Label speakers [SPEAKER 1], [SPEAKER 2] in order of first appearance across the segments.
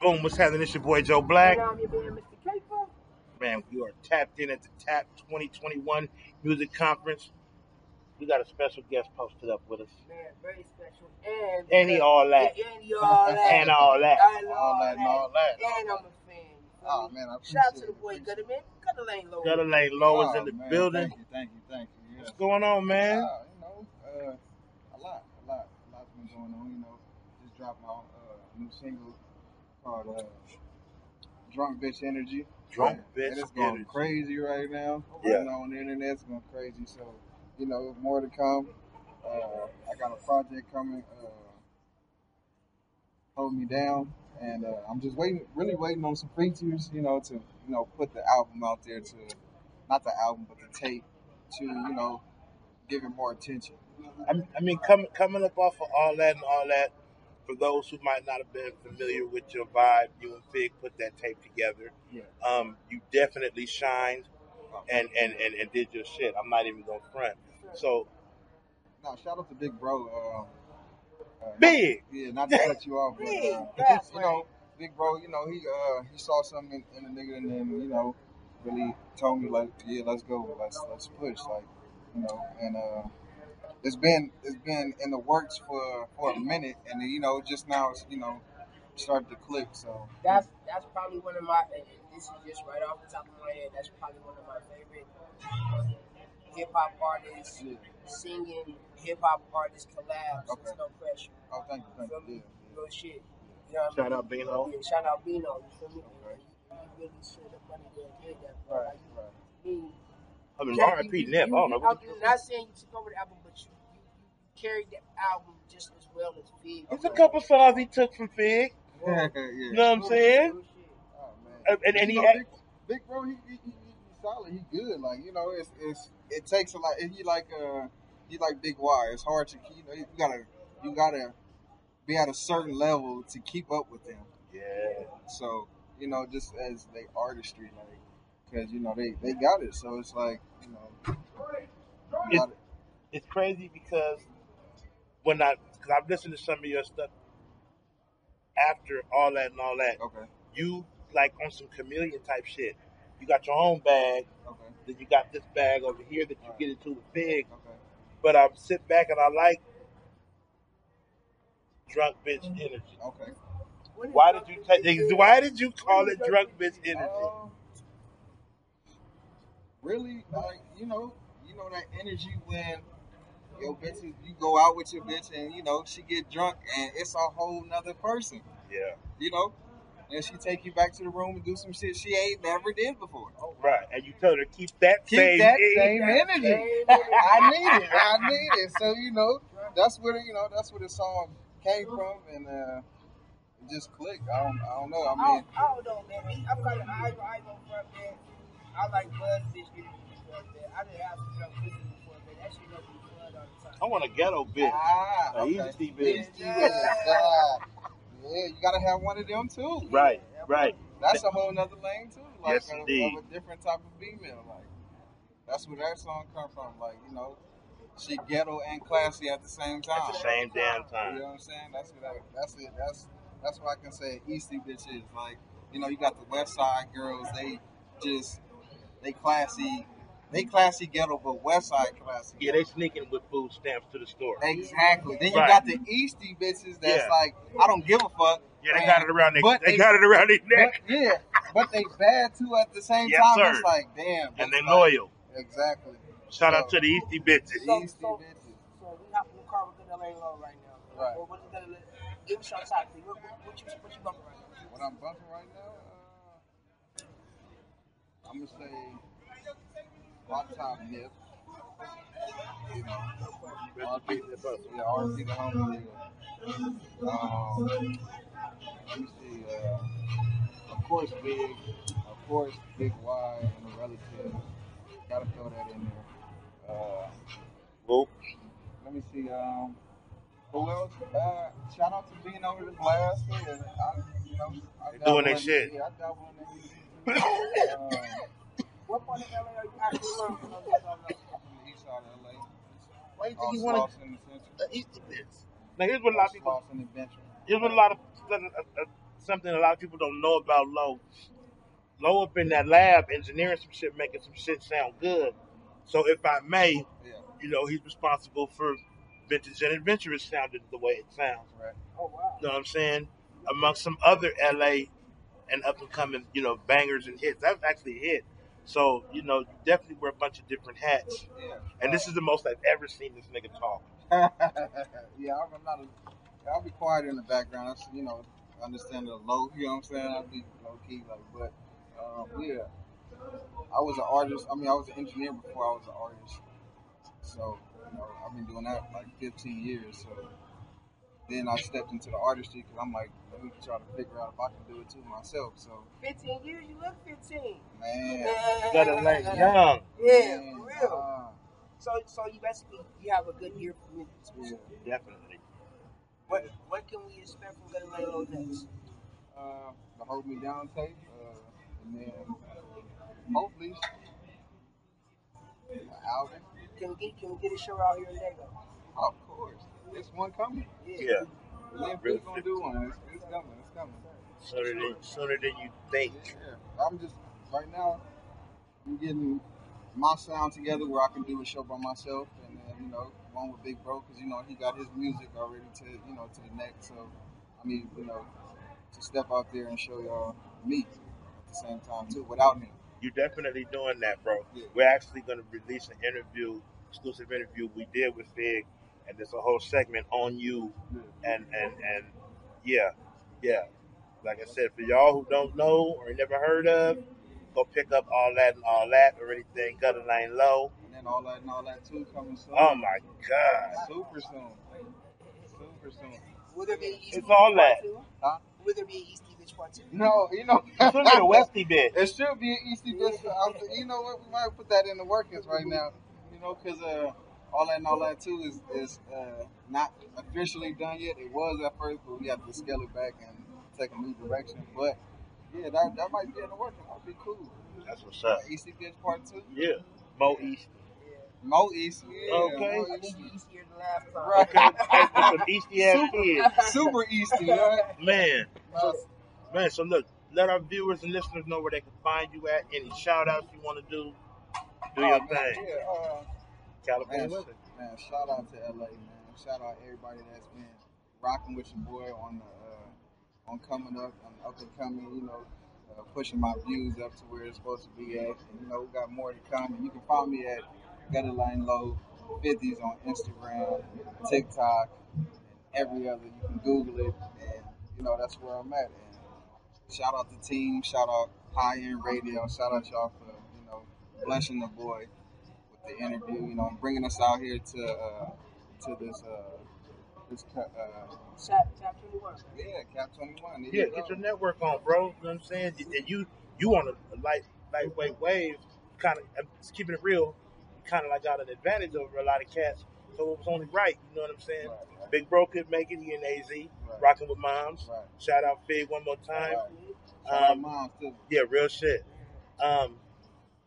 [SPEAKER 1] Boom, what's happening? It's your boy Joe Black.
[SPEAKER 2] And I'm your man, Mr. Caper.
[SPEAKER 1] Man, we are tapped in at the TAP 2021 Music Conference. We got a special guest posted up with us.
[SPEAKER 2] Man, very special. And
[SPEAKER 1] And he all that.
[SPEAKER 2] And you all that.
[SPEAKER 1] And all that.
[SPEAKER 2] I love
[SPEAKER 3] all that and all that.
[SPEAKER 2] And I'm a fan. So,
[SPEAKER 3] Oh man, I
[SPEAKER 2] shout out to
[SPEAKER 3] appreciate
[SPEAKER 2] the
[SPEAKER 3] it,
[SPEAKER 2] boy
[SPEAKER 3] appreciate it.
[SPEAKER 2] Gutterman. Gutterlane Low.
[SPEAKER 1] Gutter Lane Low is
[SPEAKER 3] Oh,
[SPEAKER 1] in the
[SPEAKER 3] man,
[SPEAKER 1] building.
[SPEAKER 3] Thank you, thank you, thank you. Yes.
[SPEAKER 1] What's going on, man?
[SPEAKER 3] Uh, you know, uh, a lot, a lot, a lot's been going on. You know, just dropped my uh, new single called uh, "Drunk Bitch Energy."
[SPEAKER 1] Drunk
[SPEAKER 3] Yeah,
[SPEAKER 1] bitch
[SPEAKER 3] and it's going
[SPEAKER 1] energy.
[SPEAKER 3] crazy right now.
[SPEAKER 1] Yeah.
[SPEAKER 3] You know, on the internet, it's going crazy. So, you know, more to come. Uh, I got a project coming. Uh, Hold me down, and uh, I'm just waiting, really waiting on some features. You know, to you know, put the album out there to, not the album, but the tape to you know, give it more attention.
[SPEAKER 1] I'm- I mean, coming coming up off of all that and all that. For those who might not have been familiar with your vibe, you and Fig put that tape together.
[SPEAKER 3] Yeah.
[SPEAKER 1] Um, you definitely shined and, and, and, and did your shit. I'm not even gonna front. So
[SPEAKER 3] Now, shout out to Big Bro. Uh, uh,
[SPEAKER 1] big.
[SPEAKER 3] Yeah, not to cut you off, but
[SPEAKER 2] Big
[SPEAKER 3] uh,
[SPEAKER 2] facts,
[SPEAKER 3] you know, big bro, you know he uh he saw something in, in the nigga and then you know really told me like yeah let's go let's let's push like you know and uh it's been it's been in the works for for a minute and then, you know just now it's you know started to click so
[SPEAKER 2] That's that's probably one of my. And this is just right off the top of my head. That's probably one of my favorite hip hop artists
[SPEAKER 3] yeah.
[SPEAKER 2] singing hip hop artists collabs.
[SPEAKER 3] Okay.
[SPEAKER 2] It's no pressure.
[SPEAKER 3] oh thank you thank you
[SPEAKER 2] Real shit. You know what I
[SPEAKER 1] Shout
[SPEAKER 2] mean?
[SPEAKER 1] out Bino.
[SPEAKER 2] Yeah, shout out Bino. You feel me?
[SPEAKER 3] Okay.
[SPEAKER 2] He really stood up under there and did that.
[SPEAKER 3] yeah.
[SPEAKER 2] bro.
[SPEAKER 3] right
[SPEAKER 2] Like,
[SPEAKER 3] right
[SPEAKER 2] me,
[SPEAKER 1] I mean,
[SPEAKER 2] Yeah,
[SPEAKER 1] R.I.P.
[SPEAKER 2] you-
[SPEAKER 1] Nip. I
[SPEAKER 2] you-
[SPEAKER 1] don't know.
[SPEAKER 2] I'm
[SPEAKER 1] What the,
[SPEAKER 2] not saying you took over the album, but you, you, you carried the album just as well as Big.
[SPEAKER 1] it's a couple songs he took from Fig.
[SPEAKER 3] yeah,
[SPEAKER 1] You know what I'm saying?
[SPEAKER 3] Oh, man.
[SPEAKER 1] And- and- and
[SPEAKER 3] You
[SPEAKER 1] he
[SPEAKER 3] know,
[SPEAKER 1] act-
[SPEAKER 3] big, big bro, he, he, he, he's solid. He good. Like you know, it's it's it takes a lot. He like uh he like big Y. It's hard to you know you gotta you gotta be at a certain level to keep up with them.
[SPEAKER 1] Yeah.
[SPEAKER 3] So you know, just as they artistry, like because you know they they got it. So it's like you know, you gotta-
[SPEAKER 1] It's crazy because when I, because I've listened to some of your stuff after all that and all that,
[SPEAKER 3] okay,
[SPEAKER 1] you like on some chameleon type shit. You got your own bag,
[SPEAKER 3] okay,
[SPEAKER 1] then you got this bag over here that you get into with Fig.
[SPEAKER 3] okay.
[SPEAKER 1] But I sit back and I like drunk bitch energy.
[SPEAKER 3] Okay.
[SPEAKER 1] Why did you take? Why did you call it drunk bitch energy?
[SPEAKER 3] Um, really, like you know, you know that energy when your bitches, you go out with your bitch and you know she get drunk and it's a whole nother person,
[SPEAKER 1] Yeah.
[SPEAKER 3] you know, and she take you back to the room and do some shit she ain't never did before.
[SPEAKER 1] Right. And you told her keep that
[SPEAKER 3] Keep
[SPEAKER 1] same.
[SPEAKER 3] that
[SPEAKER 1] energy.
[SPEAKER 3] same energy. I need it. I need it. So you know, that's where you know that's where the song came from and uh, it just clicked. I don't, I don't know. I
[SPEAKER 2] I
[SPEAKER 3] mean,
[SPEAKER 2] don't, I don't know, man. I'm like, I ain't I ain't gonna front, man. I like Buzz Bitch energy, you know, man. I didn't have some drunk bitches before, man. That shit make me flood all the time.
[SPEAKER 1] I want a ghetto bitch.
[SPEAKER 3] ah,
[SPEAKER 1] A
[SPEAKER 3] okay.
[SPEAKER 1] easy D bitch.
[SPEAKER 3] Yeah, yeah, yeah, you gotta have one of them too.
[SPEAKER 1] Right. Right.
[SPEAKER 3] That's a whole nother lane too. Like
[SPEAKER 1] Yes,
[SPEAKER 3] of-
[SPEAKER 1] indeed.
[SPEAKER 3] of a different type of female. Like that's where that song come from. Like you know, she ghetto and classy at the same time.
[SPEAKER 1] At the same damn
[SPEAKER 3] You
[SPEAKER 1] time.
[SPEAKER 3] know what I'm saying? That's what I, that's it. That's that's what I can say. Eastie bitch is like you know you got the West Side girls. They just they classy. They classy ghetto, but West Side classy.
[SPEAKER 1] Yeah, they sneaking with food stamps to the store.
[SPEAKER 3] Exactly. Then you
[SPEAKER 1] Right.
[SPEAKER 3] got the Eastie bitches that's
[SPEAKER 1] Yeah.
[SPEAKER 3] like, I don't give a fuck.
[SPEAKER 1] Yeah, they got it around their.
[SPEAKER 3] But
[SPEAKER 1] They
[SPEAKER 3] they-
[SPEAKER 1] got it around their
[SPEAKER 3] But,
[SPEAKER 1] neck,
[SPEAKER 3] yeah, but they bad too at the same
[SPEAKER 1] Yes,
[SPEAKER 3] time.
[SPEAKER 1] sir.
[SPEAKER 3] It's like, damn.
[SPEAKER 1] and
[SPEAKER 3] it's
[SPEAKER 1] they
[SPEAKER 3] like-
[SPEAKER 1] loyal.
[SPEAKER 3] Exactly.
[SPEAKER 1] Shout out to the Eastie
[SPEAKER 3] The
[SPEAKER 1] bitches.
[SPEAKER 2] So-
[SPEAKER 3] Eastie
[SPEAKER 2] so-
[SPEAKER 3] bitches.
[SPEAKER 2] So we not gonna call with LA Low right now. man.
[SPEAKER 3] Right.
[SPEAKER 2] Well, what is that? Give us your top three. What, what, what you what you bumping right now?
[SPEAKER 3] What I'm bumping right now, uh, I'm going to say my top nip. You know, R.P. Yeah, R.P. the homie. yeah. Um, let me see. Uh, of course, big. Of course, big Y and a relative. Gotta throw that in there. Uh,
[SPEAKER 1] Whoop.
[SPEAKER 3] let me see. Um, who else? Uh, shout out to being over this last year. I, you know, I
[SPEAKER 1] They doing their
[SPEAKER 3] dabble in-
[SPEAKER 1] shit.
[SPEAKER 3] Yeah, I dabble in that shit. Um,
[SPEAKER 2] What part of LA are you actually from? Oh, yes, I know.
[SPEAKER 3] from the east side of LA.
[SPEAKER 1] Why you think
[SPEAKER 3] All
[SPEAKER 1] he wanted
[SPEAKER 3] Slauson and Central.
[SPEAKER 1] an Eastie bitch? Now here's what a lot of people.
[SPEAKER 3] Slauson and Venture.
[SPEAKER 1] Here's what a lot of uh, uh, something a lot of people don't know about Low. Low up in that lab, engineering some shit, making some shit sound good. So if I may,
[SPEAKER 3] Yeah,
[SPEAKER 1] you know, he's responsible for vintage and adventurous sounding the way it sounds.
[SPEAKER 3] right.
[SPEAKER 2] Oh wow.
[SPEAKER 1] You know what I'm saying? Among some other LA and up and coming, you know, bangers and hits. That was actually a hit. So, you know, you definitely wear a bunch of different hats.
[SPEAKER 3] Yeah.
[SPEAKER 1] And this is the most I've ever seen this nigga talk.
[SPEAKER 3] yeah, I'm I'm not. A, yeah, I'll be quiet in the background. That's, you know, understand the low. You know what I'm saying? I'll be low key, like, but um, yeah, I was an artist. I mean, I was an engineer before I was an artist. So you know, I've been doing that for like 15 years. So then I stepped into the artistry because I'm like, let me try to figure out if I can do it too myself. So
[SPEAKER 2] Fifteen years, you look fifteen.
[SPEAKER 3] man,
[SPEAKER 1] Let it lay
[SPEAKER 2] Yeah,
[SPEAKER 1] young.
[SPEAKER 2] yeah,
[SPEAKER 3] man,
[SPEAKER 2] for real.
[SPEAKER 3] ah,
[SPEAKER 2] So, so you basically you have a good ear for music.
[SPEAKER 3] yeah.
[SPEAKER 1] Definitely.
[SPEAKER 2] What what can we expect from Gonna Lay Low next?
[SPEAKER 3] uh, the Hold Me Down tape, uh, and then hopefully an album.
[SPEAKER 2] Can we get can we get a show out here in Lego?
[SPEAKER 3] Of course, it's one coming.
[SPEAKER 1] Yeah.
[SPEAKER 3] We're
[SPEAKER 1] Really?
[SPEAKER 3] gonna do one. It's, it's coming. It's coming.
[SPEAKER 1] Sooner than, sooner than you think.
[SPEAKER 3] Yeah. I'm just right now. I'm getting my sound together where I can do a show by myself, and then you know, one with Big Bro, because you know he got his music already to you know to the next. So I need you know to step out there and show y'all me at the same time too, without me.
[SPEAKER 1] You're definitely doing that, bro.
[SPEAKER 3] Yeah.
[SPEAKER 1] We're actually going to release an interview, exclusive interview we did with Fig, and there's a whole segment on you
[SPEAKER 3] Yeah.
[SPEAKER 1] and and and yeah, yeah. Like I said, for y'all who don't know or never heard of, go pick up all that and all that or anything. Gutter Lane Low.
[SPEAKER 3] And then all that and all that too coming soon.
[SPEAKER 1] Oh my God,
[SPEAKER 3] Super soon. Super soon.
[SPEAKER 2] Will there be an East
[SPEAKER 1] It's
[SPEAKER 2] Beach
[SPEAKER 1] all
[SPEAKER 2] Part
[SPEAKER 1] that.
[SPEAKER 2] Two?
[SPEAKER 3] Huh?
[SPEAKER 2] Will there be an East Beach Part Two?
[SPEAKER 3] No, you know.
[SPEAKER 1] you should get a Westy bit.
[SPEAKER 3] It should be an Easty Vista. I'm- You know what? We might put that in the workings right now. You know, because uh, all that and all that too is is uh, not officially done yet. It was at first, but we have to scale it back and take a new direction. But yeah, that, that might be in the workings. That'd be cool.
[SPEAKER 1] That's what's up.
[SPEAKER 3] Easty Vista Part Two.
[SPEAKER 1] Yeah, Mo East.
[SPEAKER 3] Mo East. Yeah,
[SPEAKER 1] Okay.
[SPEAKER 3] Mo
[SPEAKER 2] I
[SPEAKER 3] East.
[SPEAKER 2] think you easier than last time.
[SPEAKER 3] Right.
[SPEAKER 1] Okay, that's some Easty ass kids,
[SPEAKER 3] Super Easty. Right?
[SPEAKER 1] man.
[SPEAKER 3] So,
[SPEAKER 1] Man, so look, let our viewers and listeners know where they can find you at. Any shout outs you want to do, do
[SPEAKER 3] oh,
[SPEAKER 1] your
[SPEAKER 3] man,
[SPEAKER 1] thing.
[SPEAKER 3] yeah, uh, Man,
[SPEAKER 1] California.
[SPEAKER 3] look, man, shout out to LA, man. Shout out everybody that's been rocking with your boy on the uh, on coming up, on up and coming. You know, uh, pushing my views up to where it's supposed to be at. And, you know, we got more to come. And you can find me at Gutterline Low Fifties on Instagram, TikTok, and every other. You can Google it, and you know that's where I'm at. And shout out the team. Shout out High End Radio. Shout out y'all for you know blessing the boy with the interview, you know, and bringing us out here to uh, to this uh, this ca- uh,
[SPEAKER 2] Chap, chap 21.
[SPEAKER 3] yeah Cap Twenty One.
[SPEAKER 1] Yeah, get your network on, bro. You know what I'm saying? And you you on a light lightweight wave, kind of keeping it real, kind of like got an advantage over a lot of cats. So it was only right. You know what I'm saying?
[SPEAKER 3] right, right,
[SPEAKER 1] Big Bro could make it. He in AZ,
[SPEAKER 3] right, right.
[SPEAKER 1] rocking with moms.
[SPEAKER 3] right.
[SPEAKER 1] Shout out Fig one more time.
[SPEAKER 3] Shout out
[SPEAKER 1] Um,
[SPEAKER 3] Mom, too.
[SPEAKER 1] yeah, real shit. Um,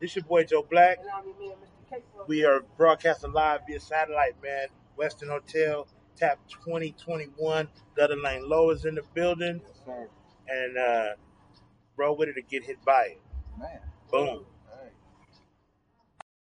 [SPEAKER 1] this your boy Joe Black.
[SPEAKER 2] And I mean, me and Mr. K. Flow.
[SPEAKER 1] We are broadcasting live via satellite, man. Western Hotel, Tap 2021. Gutter Lane Low is in the building.
[SPEAKER 3] Yes, sir.
[SPEAKER 1] And uh, roll with it or get hit by it.
[SPEAKER 3] Man,
[SPEAKER 1] Boom.